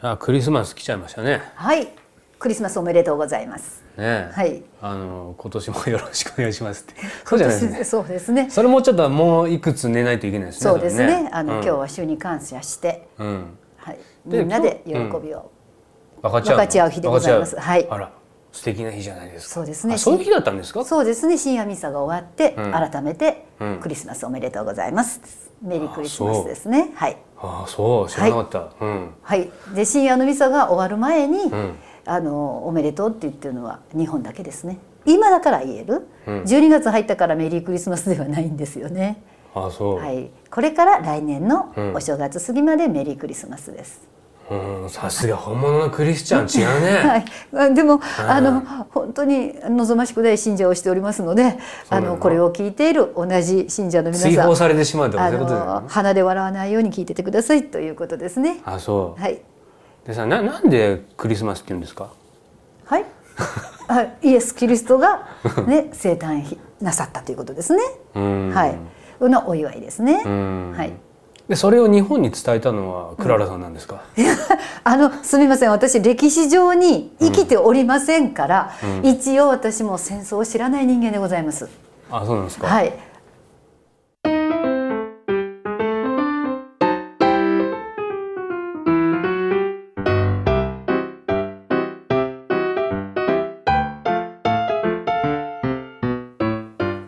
あクリスマス来ちゃいましたね。はい、クリスマスおめでとうございます。ねえはいあの今年もよろしくお願いしますって。 そうじゃないですね。そうですね。それもちょっともういくつ寝ないといけないですね。そうですね。多分あうの、ん今日は主に感謝して、うん。はい、みでんなで喜び今日を、分かち合う。分かち合う日でございます分かはいち合うあら素敵な日じゃないですか。そうですねあそういう日だったんですか。そうですね。深夜ミサが終わって、うん改めて、うんクリスマスおめでとうございます。メリークリスマスですね。はい。ああそう知らなかった。うん。はい、で深夜のミサが終わる前に、んあのおめでとうって言ってるのは日本だけですね今だから言える、うん12月入ったからメリークリスマスではないんですよね、ああそう。はい、これから来年のうんお正月過ぎまでメリークリスマスです、うんさすが本物のクリスチャン違うね。 はいあ、でもあの本当に望ましくない信者をしておりますのでそうなあののこれを聞いている同じ信者の皆追さん放されてしまうとかあそういうことだよのね。鼻で笑わないように聞いててくださいということですね。あそう。はいでさななんでクリスマスって言うんですか。はい。あイエス・キリストが、 ね、生誕日なさったということですね。うん。はい。のお祝いですね。んはい。 でそれを日本に伝えたのはクララさんなんですか。あのすみません私歴史上に生きておりませんから、一応私も戦争を知らない人間でございます。あそうなんですか。はい。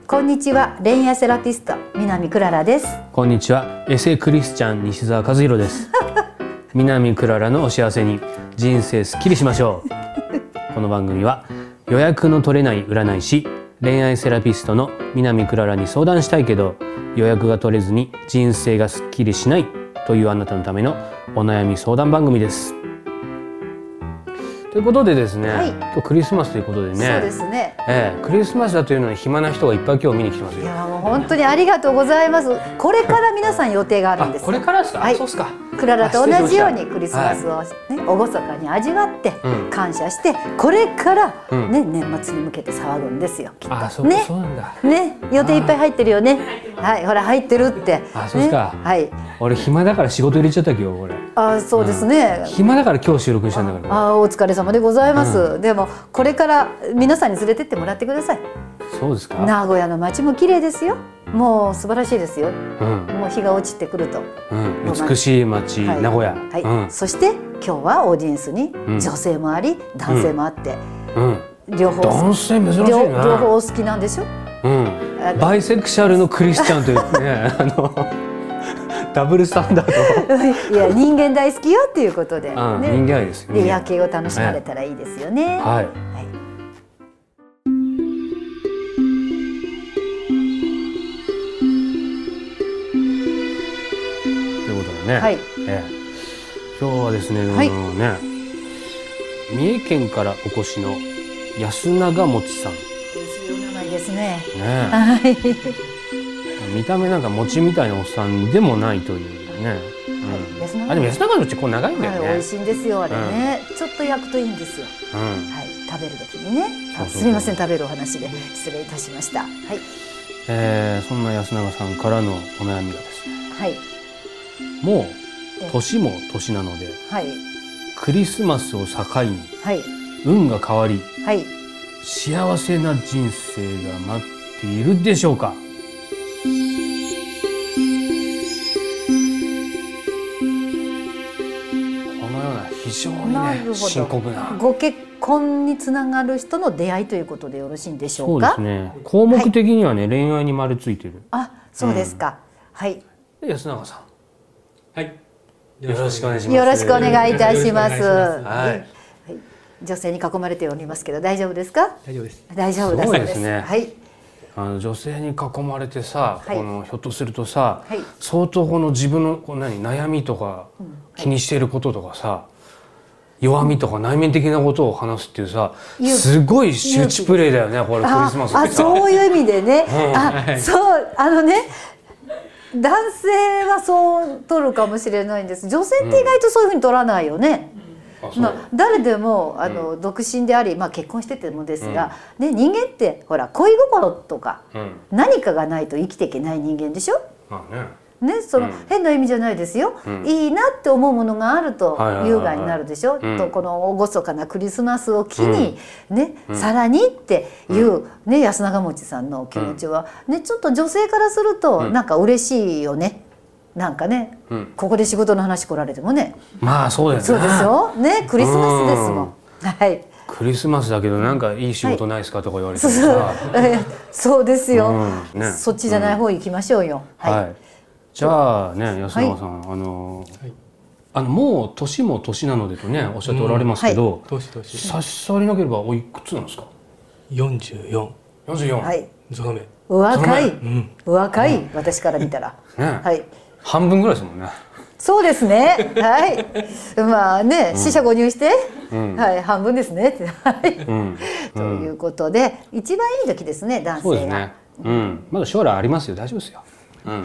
こんにちは、恋愛セラピスト南クララです。こんにちはエセクリスチャン西澤和弘です 南クララのお幸せに人生すっきりしましょうこの番組は予約の取れない占い師恋愛セラピストの南クララに相談したいけど予約が取れずに人生がすっきりしないというあなたのためのお悩み相談番組ですということでですね、はい今日クリスマスということでねそうですね。ええ、クリスマスだというのに暇な人がいっぱい今日見に来てますいよやもう本当にありがとうございます。これから皆さん予定があるんです。これからですか、はいそうですかクララと同じようにあクリスマスを、ね厳かに味わって、うん感謝してこれから、うんね年末に向けて騒ぐんですよきっとあそうねそうなんだね予定いっぱい入ってるよねはいほら入ってるってあそうっすかね、はい俺暇だから仕事入れちゃった今日俺あそうですね、暇だから今日収録したんだからあお疲れ様でございます、でもこれから皆さんに連れてってもらってくださいそうですか名古屋の街も綺麗ですよもう素晴らしいですようん、もう日が落ちてくるとうん、美しい街、はい名古屋、はいそして今日はオーディエンスにん女性もあり男性もあって、うん、うん、両方男性珍しいな両両方お好きなんでしょ あうん、のバイセクシャルのクリスチ ャンというねあのダブルスタンダーいや人間大好きよっていうことで、ド、うんね人間愛ですよで人間夜愛景を楽しまれたらいいですよね、はいはいということでね、はいええ今日はですね、はいあのね三重県からお越しの安永もちさんそういうお名前ですねねはい見た目なんか餅みたいなおっさんでもないというね。うん安永餅あでも安永餅こう長いんだよはい、美ね味。しいんですよあれね、ちょっと焼くといいんですようんはい食べる時にねそうあそうすみません食べるお話で失礼いたしましたはいえーそんな安永さんからのお悩みがですね。はいもうえ年も年なのではいクリスマスを境にはい運が変わりはい幸せな人生が待っているでしょうか。このような非常なにねるほど深刻な。ご結婚につながる人の出会いということでよろしいんでしょそううでかすね。項目的にはね、恋愛に丸ついてる。あそうですか、はいで安永さはい。ん、よろしくお願いします。よろしくお願いいたしまよろしす。くお願いしまははいい。女性に囲まれておりますけど、大丈夫ですか。大丈夫です。大丈夫だそうです。すごいですねはい。あの女性に囲まれてさ、はいこのひょっとするとさ、はい相当この自分のこう何悩みとか気にしていることとかさ、弱みとか内面的なことを話すっていうさ、勇気すごい周知プレイだよね。これクリスマスあ、あってさ。そういう意味でね。うんあ、そう、あのね。男性はそう取るかもしれないんです。女性って意外とそういうふうに取らないよね。あそうまあ、誰でもあの、独身であり、まあ、結婚しててもですが、ね、人間ってほら恋心とか、うん何かがないと生きていけない人間でしょまあね。ね、その、うん変な意味じゃないですよ、うんいいなって思うものがあるとはいはいはい優雅になるでしょ、うんとこの厳かなクリスマスを機に、ね、さらにっていう、ね、安永持さんの気持ちは、ね、ちょっと女性からすると、なんか嬉しいよねなんかね、うんここで仕事の話来られてもねまあそうですそうねですよ、ね、クリスマスですもん。はいクリスマスだけどなんかいい仕事ないですかとか言われてそもうさ、そうえ そうですよ、うんねそっちじゃない方行きましょうよ、はい、はいじゃあね安永さん、あのーあのもう年も年なのでとねおっしゃっておられますけど、どしどし差し障りなければおいくつなんですか44 44、はい、ゾロ目お若そいのうんお若い、私から見たら、 ね、はい半分ぐらいですもんねそうですねはいまあね四捨五入して、うんはい半分ですねってはい、うんということで一番いい時ですね男性そうはですねうんまだ将来ありますよ大丈夫ですようん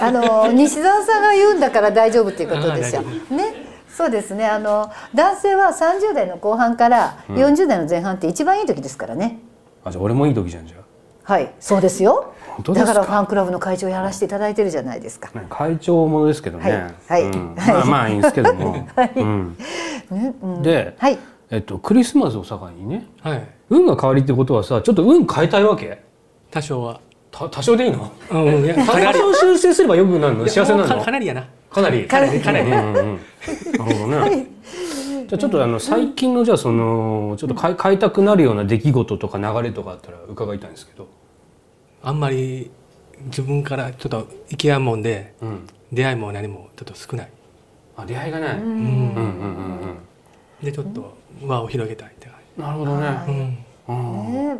あの西澤さんが言うんだから大丈夫っていうことですよあー大。ね、そうですね。あの男性は30代の後半から40代の前半って一番いい時ですからね。あじゃあ俺もいい時じゃんじゃはい、そうですよ。本当ですだかからファンクラブの会長やらせていただいてるじゃないですか。あ会長ものですけどね、はいはいうん、まあまあいいんですけど も、うんねうんで、はい。えっと、クリスマスを境にねはい運が変わりってことはさちょっと運変えたいわけ多少はた多少でいいのうんいやかな多り少修正すればよくなるの幸せなかのかなりやなかなりかなりかなりうんうんうんなるほどね、じゃあちょっとあの最近のじゃあそのちょっと変え変えたくなるような出来事とか流れとかあったら伺いたいんですけど、あんまり自分からちょっと行き合うもんでうん、出会いも何もちょっと少ないあ出会いがない、ううんんうんうんうんでちょっと輪を広げたいって感なるほどじうね、んうんね、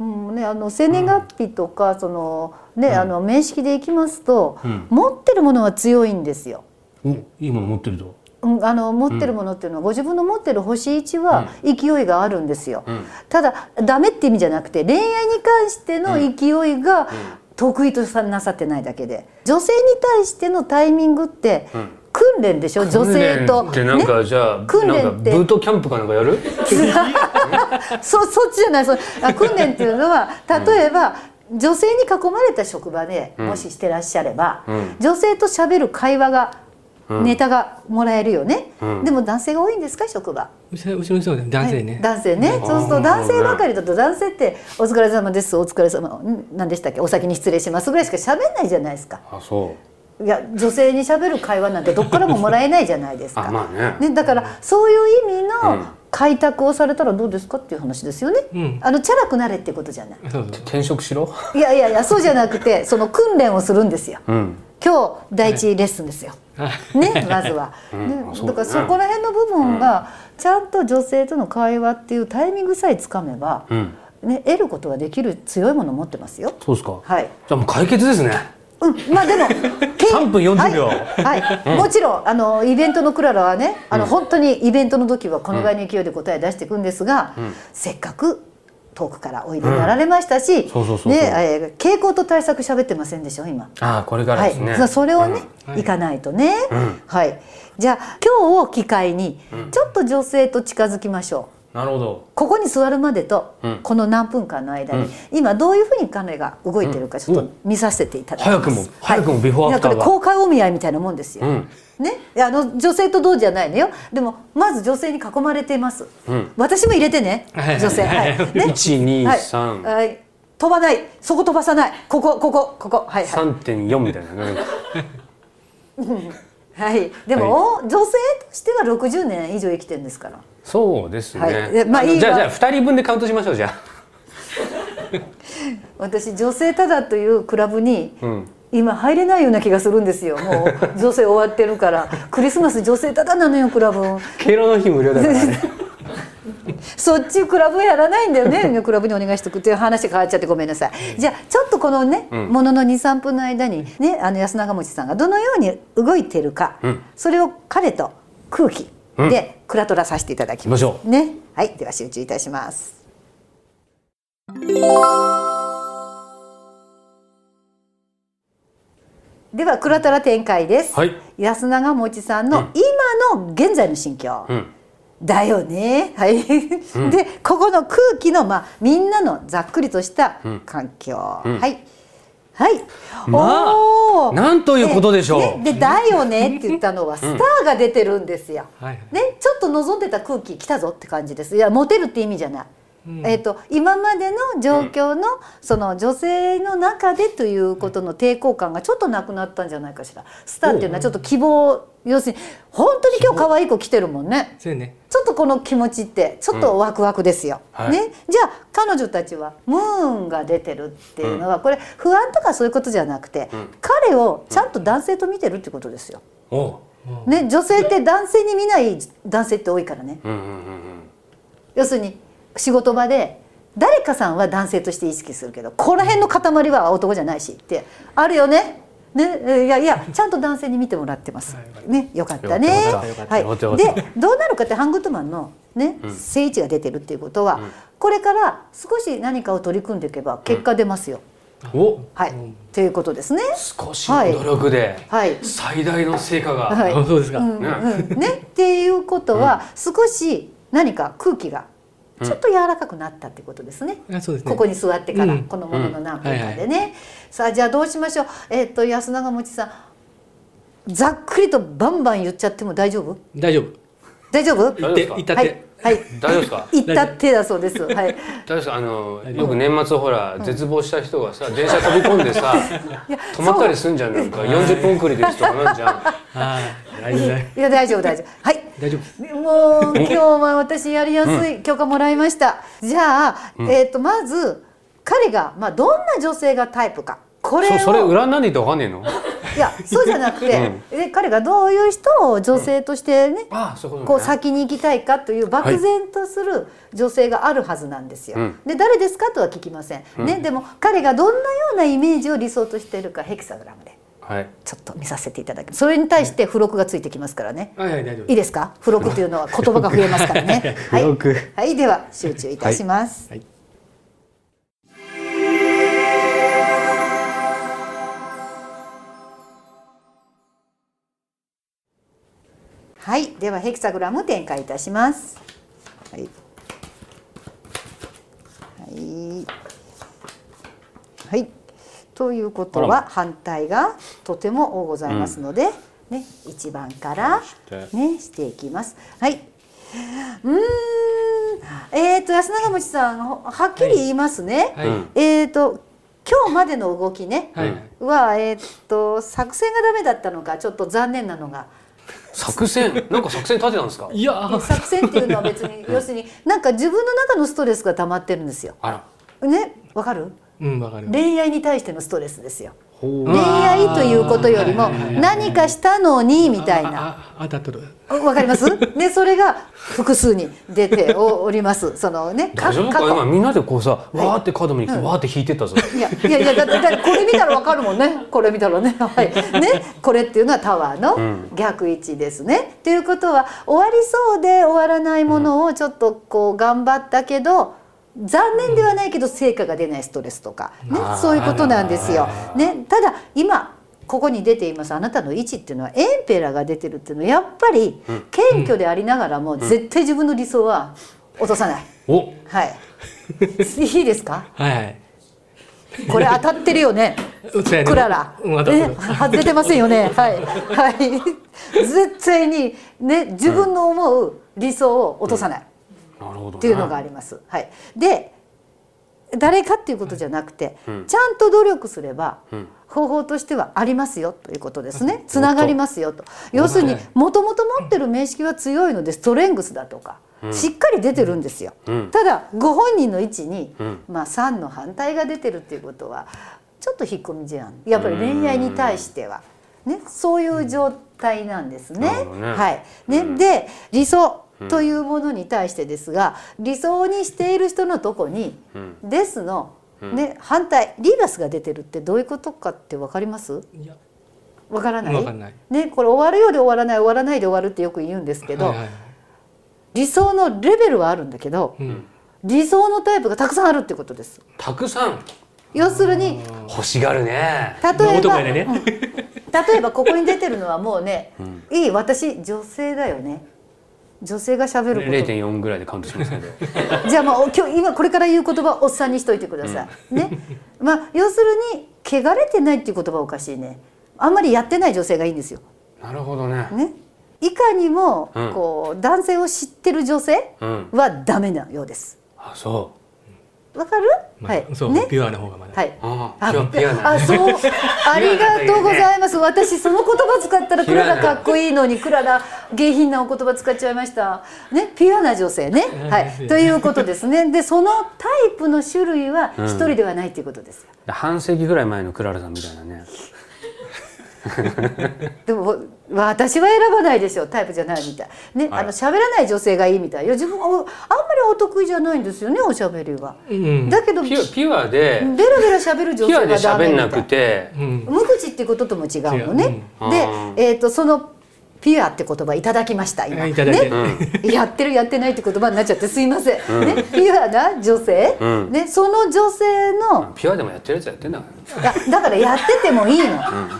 うんね、あの生年月日とか、そのね、あの面識でいきますと、うん持ってるものは強いんですよ。おいいもの持ってるぞ、うん、あの持ってるものっていうのは、ご自分の持ってる星1は勢いがあるんですよ、うんただダメって意味じゃなくて恋愛に関しての勢いが得意とさなさってないだけで女性に対してのタイミングってうん訓練でしょ、女性と訓練ってなんかじゃあ、訓なん練かっブてートキャンプかなんかやるそ そっちじゃないそうあ訓練っていうのは例えば、女性に囲まれた職場でんもししてらっしゃれば、うん女性と喋る会話が、うんネタがもらえるよね、うんでも男性が多いんですか職場うちの後ろの人は男性はねい男性ねそうすると男性ばかりだと男性って「お疲れ様ですお疲れ様ん何でしたっけお先に失礼します」ぐらいしか喋んないじゃないですかあそいや女性に喋る会話なんてどっからももらえないじゃないです かあまあねだからそういう意味うんの開拓をされたらどうですかっていう話ですよね、うんあのチャラくなれってことじゃないそうそう転職しろいいやいやいやそうじゃなく てその訓練をするんですようん今日第一レッスンですよ、うね、まずは、 うんねあそうだねだからそこら辺の部分がちゃんと女性との会話っていうタイミングさえつかめば、うんね、得ることができる強いものを持ってますよ。そうですか、はいじゃあもう解決ですねうん、まあ でもけ3分40秒はい、はいもちろんあのイベントのクララはねあの、本当にイベントの時はこのぐらいの勢いで答え出していくんですが、せっかく遠くからおいでになられましたし、そうそうそうそうねえー傾向と対策喋ってませんでしょ今。ああこれからですね、はい、そそれをね、うんい、かないとね、んはいじゃあ今日を機会にちょっと女性と近づきましょう、なるほどここに座るまでと、うんこの何分間の間に、今どういうふうに彼が動いてるかちょっうんと見させていただきま早す、くも早くもビフォーアフターがいやこれ公開お見合いみたいなもんですよ、うんね、いやあの女性とどうじゃないのよでもまず女性に囲まれています、うん私も入れてねはい女性はい、 ね一二はい三はい、飛ばないそこ飛ばさないここここここはいはい3.4みたいななんかはい、でも、女性としては60年以上生きてるんですからそうですね、はいでまあいいわじゃあじゃあ2人分でカウントしましょうじゃ 私女性ただというクラブに、あ、うん、今入れないような気がするんですよもう女性終わってるからクリスマス女性ただなのよクラブ敬老の日無料だからね そっちクラブやらないんだよ ねクラブにお願いしとくっていう話変わっちゃってごめんなさい、じゃあちょっとこのね、んものの23分の間にねあの安永持さんがどのように動いてるか、うんそれを彼と空気でクラトラさせていただきます、行きましょねはいでは集中いたしますではクラトラ展開です、はい安永もちさんの今の現在の心境、うんだよねはい、 でここの空気のまあみんなのざっくりとした環境、んはいはい。まあおーなんということでしょうねで、だよねって言ったのは、スターが出てるんですよ。はいはいね、ちょっと望んでた空気来たぞって感じです。いや、モテるって意味じゃない。えっと今までの状況の、その女性の中でということの抵抗感がちょっとなくなったんじゃないかしらスターっていうのはちょっと希望要するに本当に今日可愛い子来てるもんねそうやねちょっとこの気持ちってちょっとワクワクですよ。うんはいね、じゃあ彼女たちはムーンが出てるっていうのは、これ不安とかそういうことじゃなくて、彼をちゃんと男性と見てるってことですよ。おうね、女性って男性に見ない男性って多いからね。うんうんうんうん要するに仕事場で誰かさんは男性として意識するけどこの辺の塊は男じゃないしってあるよね。ね、えいやいやちゃんと男性に見てもらってます。ね、よかったね。よかったよかったはよかったよかい。ったでどうなるかってハングトマンのね、正位置が出てるっていうことは、これから少し何かを取り組んでいけば結果出ますよ。おはい、ということですね。少しの努力ではい最大の成果が、はいあそうですか、うんうん、ねっていうことは、少し何か空気がちょっと柔らかくなったってことですね。あそうですねここに座ってから、うんこのものの何分かでね、さあじゃあどうしましょうえっと安永もちさんざっくりとバンバン言っちゃっても大丈夫大丈夫大丈夫丈夫行でってすか行ったっはてい、はい、大丈夫です か行ったってだそうですは大い丈夫ですかあのよく年末ほら絶望した人がさ電車飛び込んで さ止まったりすんじゃんなんか40分くりですとかなんじ ゃんはい、大丈夫大丈いや大丈夫大丈夫はい夫 大丈夫ですもう今日は私やりやすい許可もらいました、じゃあ、えっとまず彼が、まあ、どんな女性がタイプかこれをそそれ占んでいてわかんねえのいやそうじゃなくて、で彼がどういう人を女性としてね、ああそういうこことうね先に行きたいかという漠然とする女性があるはずなんですよ。うんで誰ですかとは聞きません、ね、でも彼がどんなようなイメージを理想としているかヘキサグラムではいちょっと見させていただきますそれに対して付録がついてきますからね。はいはい大丈夫いいですか付録というのは言葉が増えますからね。はい、付録はい、では集中いたします。はいはい、ではヘキサグラム展開いたします。はい。はい。はい。ということあらは反対がとても多ございますので、ね、一番からそしてねしていきます。はい。うーん。えっ、と安永持さんほはっきり言いますね。はい、うんえっ、と今日までの動きね。はいはえっ、と作戦がダメだったのかちょっと残念なのが。作戦なんか作戦立てたんですかいやー作戦っていうのは別に要するになんか自分の中のストレスが溜まってるんですよ。あらねわかるうんわかる恋愛に対してのストレスですよ。ほう恋愛ということよりも何かしたのにみたい な。ああ当たっとるわかりますねそれが複数に出ております。そのね大丈夫過か去今みんなでこうさわーってカード見に来てわーって引いてったぞいやいやいやだってだってこれ見たらわかるもんねこれ見たらね,、はい、ねこれっていうのはタワーの逆位置ですね。ということは終わりそうで終わらないものをちょっとこう頑張ったけど、残念ではないけど成果が出ないストレスとか、ねあー、そういうことなんですよ。ね、ただ今ここに出ていますあなたの位置っていうのはエンペラーが出てるっていうのはやっぱり謙虚でありながらも絶対自分の理想は落とさない。おはい。 いいですか？はいはいこれ当たってるよね。そうやねクララ。うん当たっとねる、外れてませんよ ね。はい。はい。絶対に、ね、自分の思う理想を落とさない。なるほどねっていうのがあります。はい。で。誰かっていうことじゃなくて、うんちゃんと努力すればうん方法としてはありますよということですね。つながりますよと。要するにはいもともと持ってる名識は強いのでストレングスだとか、しっかり出てるんですよ。うんただご本人の位置に、うんまあ3の反対が出てるっていうことはちょっと引っ込み思案やっぱり恋愛に対しては、ね、そういう状態なんですね。なるほどねはいねで理想というものに対してですが理想にしている人のとこにうん「です」の、ね、反対リーバスが出てるってどういうことかって分かりますいやわからないわかんないね、これ終わるようで終わらない終わらないで終わるってよく言うんですけど、はいはい理想のレベルはあるんだけど、ん理想のタイプがたくさんあるってことです。たくさん要するに欲しがるね例え男ば、やでねうん例えばここに出てるのはもうね、いい私女性だよね女性がしゃべること0.4ぐらいでカウントしますけど じゃあまあお今日今これから言う言葉をおっさんにしといてください、ねまあ要するに汚れてないっていう言葉はおかしいねあんまりやってない女性がいいんですよ。なるほどね。ね、いかにもうんこう、男性を知ってる女性うん。はダメなようです。 あ、そわかる？まあはい。そう、ね。ピュアな方がまだ、はい。う。あああ、今日ピアノ。あ、そう。 ありがとうございます。私その言葉使ったらクララかっこいいのにクララ下品なお言葉使っちゃいました。ね、ピュアな女性ね。はい。ということですね。で、そのタイプの種類は一人ではないということですよ。半世紀ぐらい前のクララさんみたいなね。でも私は選ばないでしょタイプじゃないみたいね、はいあの喋らない女性がいいみたいいや自分はおあんまりお得意じゃないんですよねおしゃべりは、うんだけどベピラュピュアで、ベラ喋る女ピュア性でがダメ喋んみたないくて、うん、無口っていうこととも違うのね、うんであ、えー、とそのピュアって言葉いただきました今いただいて、ね やってるやってないって言葉になっちゃってすいません、ね、ピュアな女性、うんね、その女性の、ピュアでもやってるやつやってんだかいやだからやっててもいいの、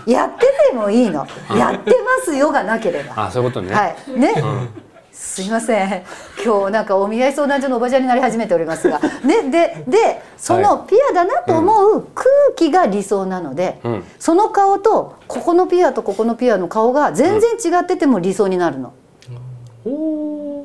やっててもいいの、やってますよがなければら。あ、そういうことね。はいね、すいません今日なんかお見合い相談所のおばちゃんになり始めておりますがねででそのピアだなと思う空気が理想なので、うんその顔とここのピアとここのピアの顔が全然違ってても理想になるの、おー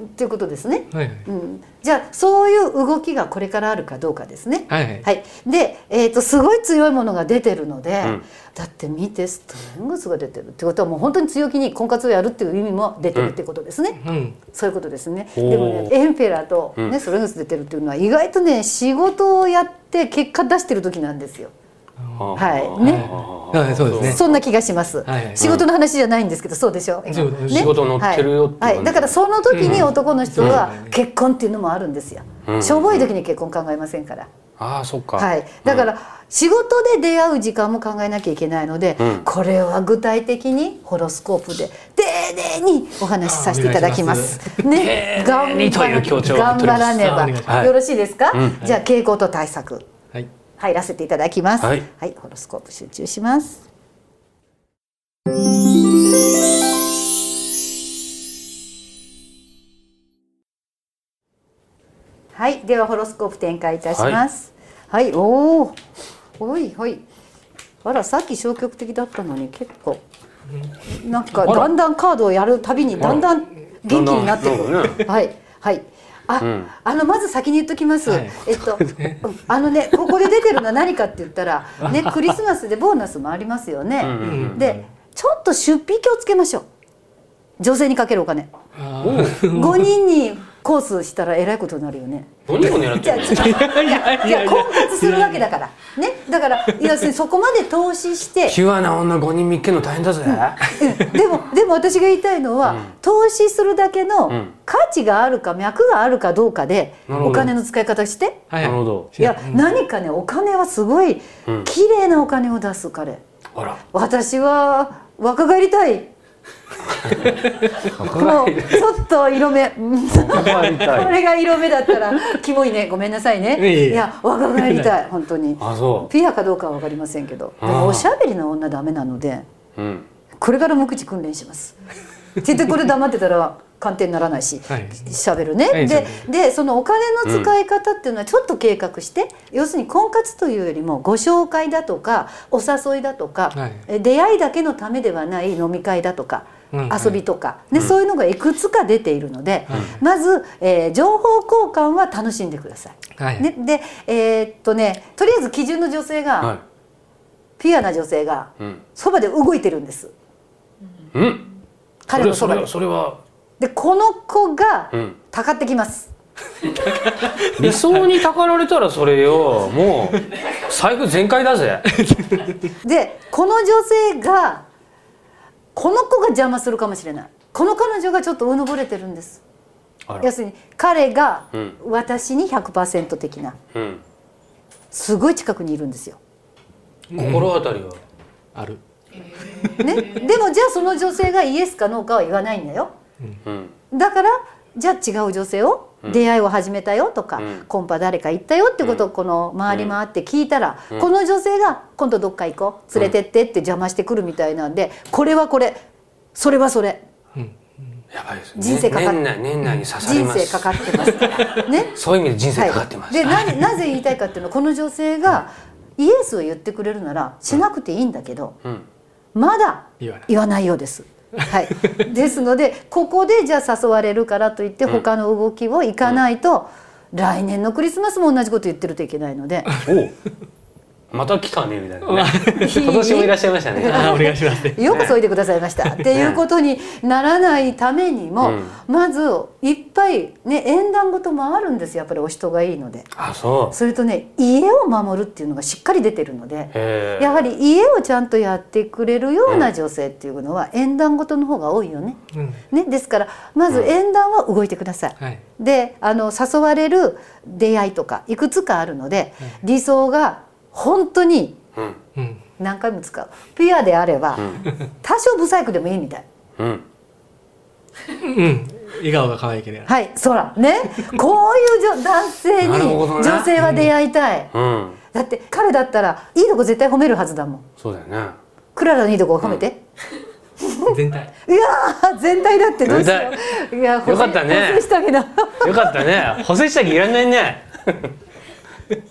っていうことですね、はいはいうん、じゃあそういう動きがこれからあるかどうかですねはいはいはい、で、えー、とすごい強いものが出てるので、うんだって見てストレングスが出てるってことはもう本当に強気に婚活をやるっていう意味も出てるってことですね、うん、そういうことですねおーでもねエンペラーと、ねうんストレングス出てるっていうのは意外とね仕事をやって結果出してる時なんですよはいねはいそうですねそんな気がします、はいはい仕事の話じゃないんですけどそうでしょ今そうね仕事乗ってるよっていう感はいはい、じだからその時に男の人はうん結婚っていうのもあるんですよ、うんしょぼい時に結婚考えませんから、ああ、そっか。はい、だから仕事で出会う時間も考えなきゃいけないので、うんこれは具体的にホロスコープで丁寧にお話しさせていただきます。ね、丁寧にという強調を頑張らねお願いしますはばいよろしいですか？うんじゃあ傾向と対策はい入らせていただきます。ははいい、ホロスコープ集中します。はい、ではホロスコープ展開いたします。はい、おお、おいおい。あら、さっき消極的だったのに、結構。なんか、あらだんだんカードをやるたびに、だんだん元気になってくだんだんなんかる。はい、はい。あ、うんあのまず先に言っときます。はいえっと、うんあのね、ここで出てるのは何かって言ったら、ね、クリスマスでボーナスもありますよね。うんうんうんで、ちょっと出費気をつけましょう。女性にかけるお金。あー5人にコースしたらえらいことになるよね。何を狙っじてゃあ るいのやいや婚活するわけだからねだから要するにそこまで投資してピュアな女5人見っけるの大変だぜ。うんでもでも私が言いたいのは、投資するだけうんの価値があるか脈があるかどうかで、なるほどお金の使い方してはいなるほどいや何かねお金はすごいうん綺麗なお金を出す彼ほら。私は若返りたいもうちょっと色目うんこれが色目だったらキモいねごめんなさいいえいねえいや若返りたい本当にあ、そピアかどうかは分かりませんけどでもあーおしゃべりな女ダメなのでう。うん。これから無口訓練します。絶対これ黙ってたら鑑定にならないし、はいしゃべるね。はいででそのお金の使い方っていうのはちょっと計画して、要するに婚活というよりもご紹介だとかお誘いだとか、はいえ出会いだけのためではない飲み会だとか。うん遊びとか、ねそういうのがいくつか出ているので、まず、えー情報交換は楽しんでください。はいね、で、えーっとねとりあえず基準の女性が、はピュアな女性がい。うん。そばで動いてるんですうん。彼のそそばれでは、それは、でこの子がうんたかってきます、理想にたかられたらそれよ。もう、財布全開だ ぜ。でこの女性がこの子が邪魔するかもしれないこの彼女がちょっとうぬぼれてるんですあ要ら。するに彼がうん私に100%的なうん。すごい近くにいるんですよ、心当たりは。あるね、でもじゃあその女性がイエスかノーかは言わないんだようん。だからじゃあ違う女性を出会いを始めたよとか、うんコンパ誰か行ったよってことをこの回り回って聞いたら、この女性が今度どっか行こう連れてってって邪魔してくるみたいなんでこれはこれそれはそれやばいですね。人生かかっ年内、年内に刺され人ま生すか。かってますからね 。そういう意味で人生かかってまはい、すで。ななぜ言いたいかっていうのはこの女性がイエスを言ってくれるならしなくていいんだけど、うんまだ言わない言わないようです。 はい、ですのでここでじゃあ誘われるからといって他の動きを行かないと、来年のクリスマスも同じこと言ってるといけないのでおまた来たねみたいな、ね、 今年もいらっしゃいましたねあーお願いしますね。よくそいでくださいましたっていうことにならないためにも、まずいっぱい、ね、縁談事もあるんですやっぱりお人がいいので。あそうそれとね家を守るっていうのがしっかり出てるのでへやはり家をちゃんとやってくれるような女性っていうのは縁談ごとの方が多いよね。うん、ね、ですからまず縁談は動いてください。はい。であの誘われる出会いとかいくつかあるので理想が本当にえうんうん。何回も使うピュアであれば多少ブサイクでもいいみたい。うんうん。笑顔が可愛いければ。はい、そらね こういう女男性になるほどね女性は出会いたい。うんだって彼だったらいいとこ絶対褒めるはずだもん。そうだよねクララのいいとこを褒めて。全体。いやー全体だってどうしよう。いやよかったね補正したけどよかった ね補正下着いらないね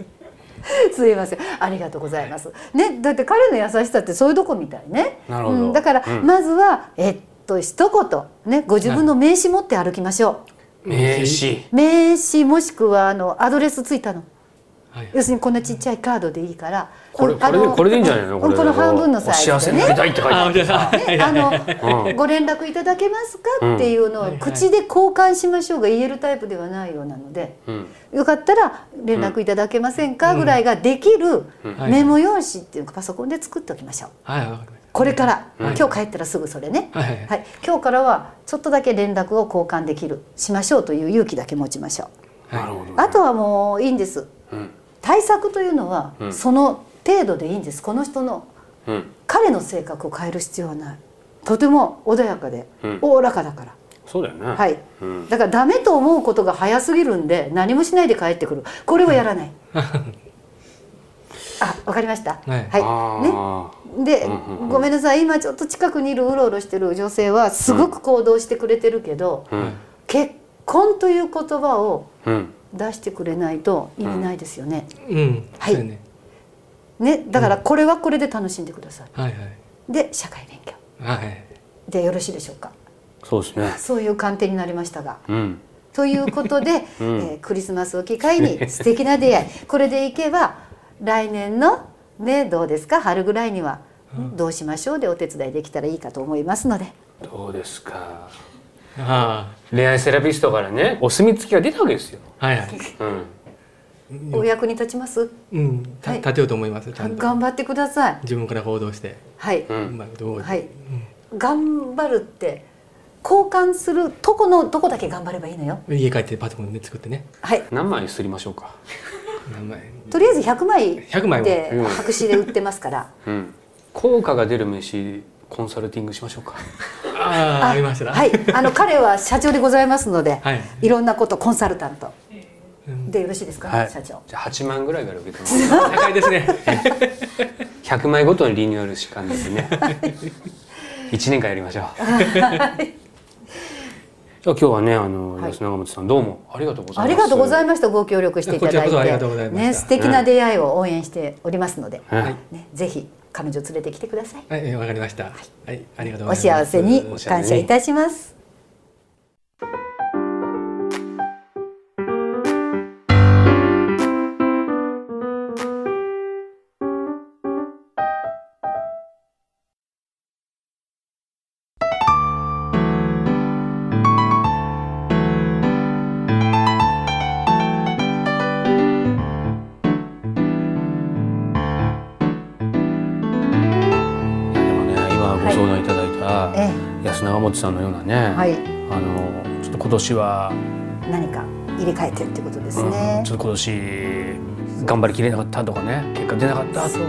すいませんありがとうございます。ねだって彼の優しさってそういうとこみたいね。なるほどうんだから、うんまずはえっと一言ねご自分の名刺持って歩きましょ名刺う。名刺もしくはあのアドレスついたの。はい。要するにこんなちっちゃいカードでいいから。これうんこあれでのこれでいいんじゃないのうんこれこの半分のサイお幸ズせでにねな。りたいって書いてああー、じるゃあ、はい。ね、あの、うご連絡いただけますかっていうのを口で交換しましょうが言えるタイプではないようなので、うんよかったら連絡いただけませんかぐらいができるうんメモ用紙っていうかパソコンで作っておきましょう。はい、わかりましこれから、うん今日帰ったらすぐそれね。た。はいはい。はい、今日からはちょっとだけ連絡を交換できるしましょうという勇気だけ持ちましょなるほどう。あとはもういいんです。うん対策というのはうんその程度でいいんです。この人のうん彼の性格を変える必要はないとても穏やかでうんおおらかだから、そうだよねはいうんだからダメと思うことが早すぎるんで何もしないで帰ってくるこれはやらない、あわかりましたはいねあで、うんうんうんごめんなさい今ちょっと近くにいるうろうろしてる女性はすごく行動してくれてるけど、ーうん結婚という言葉をうん出してくれないと意味ないですよね,、うん。はいそうやね。ねだからこれはこれで楽しんでくださいはいはい。で社会勉強はい。でよろしいでしょうかそうですねそういう鑑定になりましたがうんということで、んえークリスマスを機会に素敵な出会いこれでいけば来年のねどうですか春ぐらいには、どうしましょうでお手伝いできたらいいかと思いますのでどうですかあ恋愛セラピストからねお墨付きが出たわけですよあ。はいはい。うんお役に立ちますうん。たはい立てようと思います。ちゃんと。頑張ってください自分から行動して。はい、ううんまくどう。はい、頑張るって交換するとこのどこだけ頑張ればいいのよ家帰ってパソコンで作ってね。はい何枚すりましょうか何枚。とりあえず100枚100枚もでうん白紙で売ってますからうん効果が出る飯コンサルティングしましょうかああ、ありました。はい。、あの彼は社長でございますので、はいい、ろんなことコンサルタントうんでよろしいですか、はい社長。じゃあ8万ぐらいから受けてます高いですね。 100枚ごとにリニューアルしかんで ね1年間やりましょうじゃあ今日はねあのはい安永本さんどうもありがとうございますありがとうございまました。ご協力していたこちだらこそありいがとうござて、いましたね、素敵な出会いを応援しておりますので、すはい、ね、ぜひ彼女連れてきてください。はい、えわかりました。はい、ありがとうおございます。幸せにお幸せに感謝いたします。でもね今ご相談いただいえた安永本さんのようなね、はいあのちょっと今年は、何か入れ替えてってことですうんねち。ょっと今年頑張りきれなかったとかね結果出なかったそう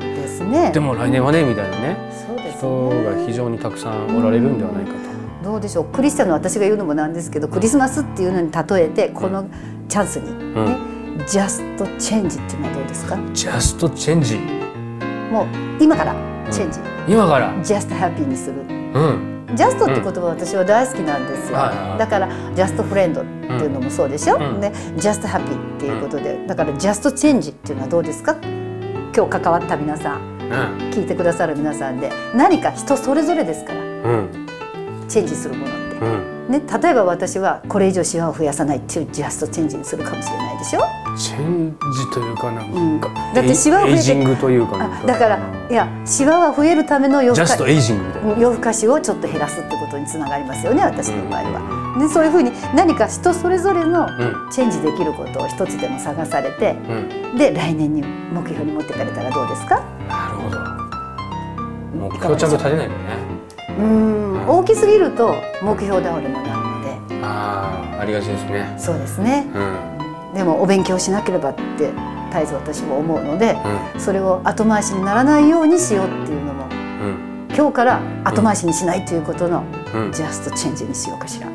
ですね。でも来年はねみたいなねそうです人が非ね。常にたくさんおられるんではないかと。どうでしょう。クリスチャンの私が言うのもなんですけど、クリスマスっていうのに例えてこのチャンスにね、ジャストチェンジっていうのはどうですか。ジャストチェンジもう今からチェンジ、今から、ジャストハッピーにする。うん、ジャストって言葉は私は大好きなんですよ。はいはいだからジャストフレンドっていうのもそうでしょ。うんね、ジャストハッピーっていうことで、だからジャストチェンジっていうのはどうですか。今日関わった皆さんうん聞いてくださる皆さんで何か人それぞれですからうんチェンジするものって。うんね、例えば私はこれ以上シワを増やさないっていうジャストチェンジにするかもしれないでしょチェンジというかなんか、だってシワエを増イえてジングというかなんあだからいやシワは増えるための夜ジ更ャかストエイジングみたいな、夜更かしをちょっと減らすってことにつながりますよね私の場合は。でそういうふうに何か人それぞれのんチェンジできることを一つでも探されてうん、で来年に目標に持ってかれたらどうですかなるほど目いか標がでちゃしんとょう立てないとねうん大きすぎると目標倒れもなるのでああありがちですねそうですねうんでもお勉強しなければって絶えず私も思うので。それを後回しにならないようにしようっていうのもうん今日から後回しにしないということのうんうんいジャストチェンジにしようかしらい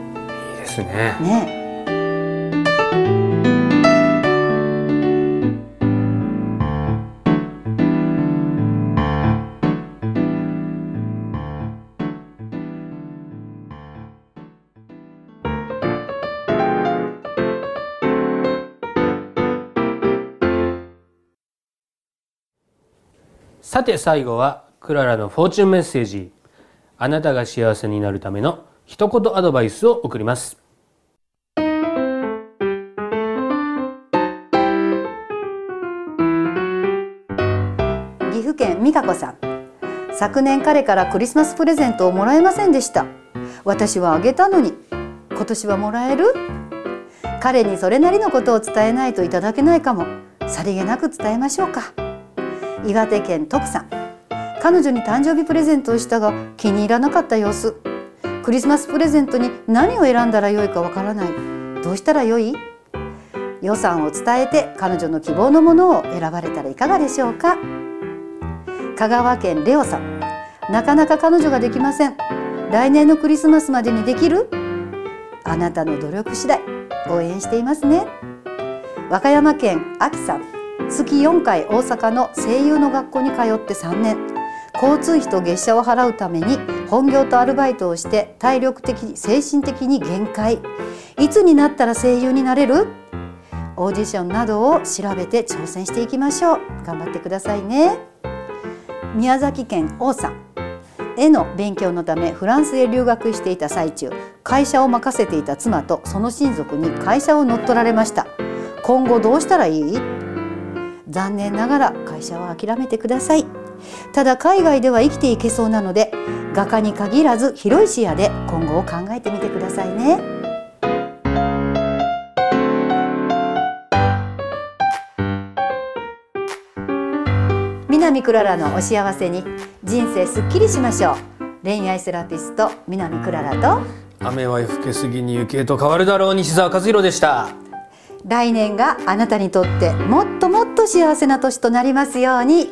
ですねねさて最後はクララのフォーチュンメッセージあなたが幸せになるための一言アドバイスを送ります岐阜県美香子さん昨年彼からクリスマスプレゼントをもらえませんでした私はあげたのに今年はもらえる彼にそれなりのことを伝えないといただけないかもさりげなく伝えましょうか岩手県徳さん彼女に誕生日プレゼントをしたが気に入らなかった様子クリスマスプレゼントに何を選んだらよいかわからないどうしたらよい予算を伝えて彼女の希望のものを選ばれたらいかがでしょうか香川県レオさんなかなか彼女ができません来年のクリスマスまでにできるあなたの努力次第応援していますね和歌山県あきさん月4回大阪の声優の学校に通って3年交通費と月謝を払うために本業とアルバイトをして体力的に精神的に限界いつになったら声優になれるオーディションなどを調べて挑戦していきましょう頑張ってくださいね宮崎県王さん絵の勉強のためフランスへ留学していた最中会社を任せていた妻とその親族に会社を乗っ取られました今後どうしたらいい残念ながら会社は諦めてくださいただ海外では生きていけそうなので画家に限らず広い視野で今後を考えてみてくださいね南クララのお幸せに人生すっきりしましょう恋愛セラピスト南クララと雨は更けすぎに雪へと変わるだろう西澤和弘でした来年があなたにとってもっともっと幸せな年となりますように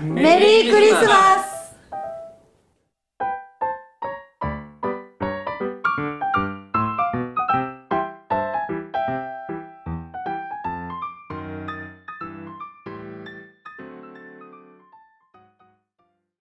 メリークリスマス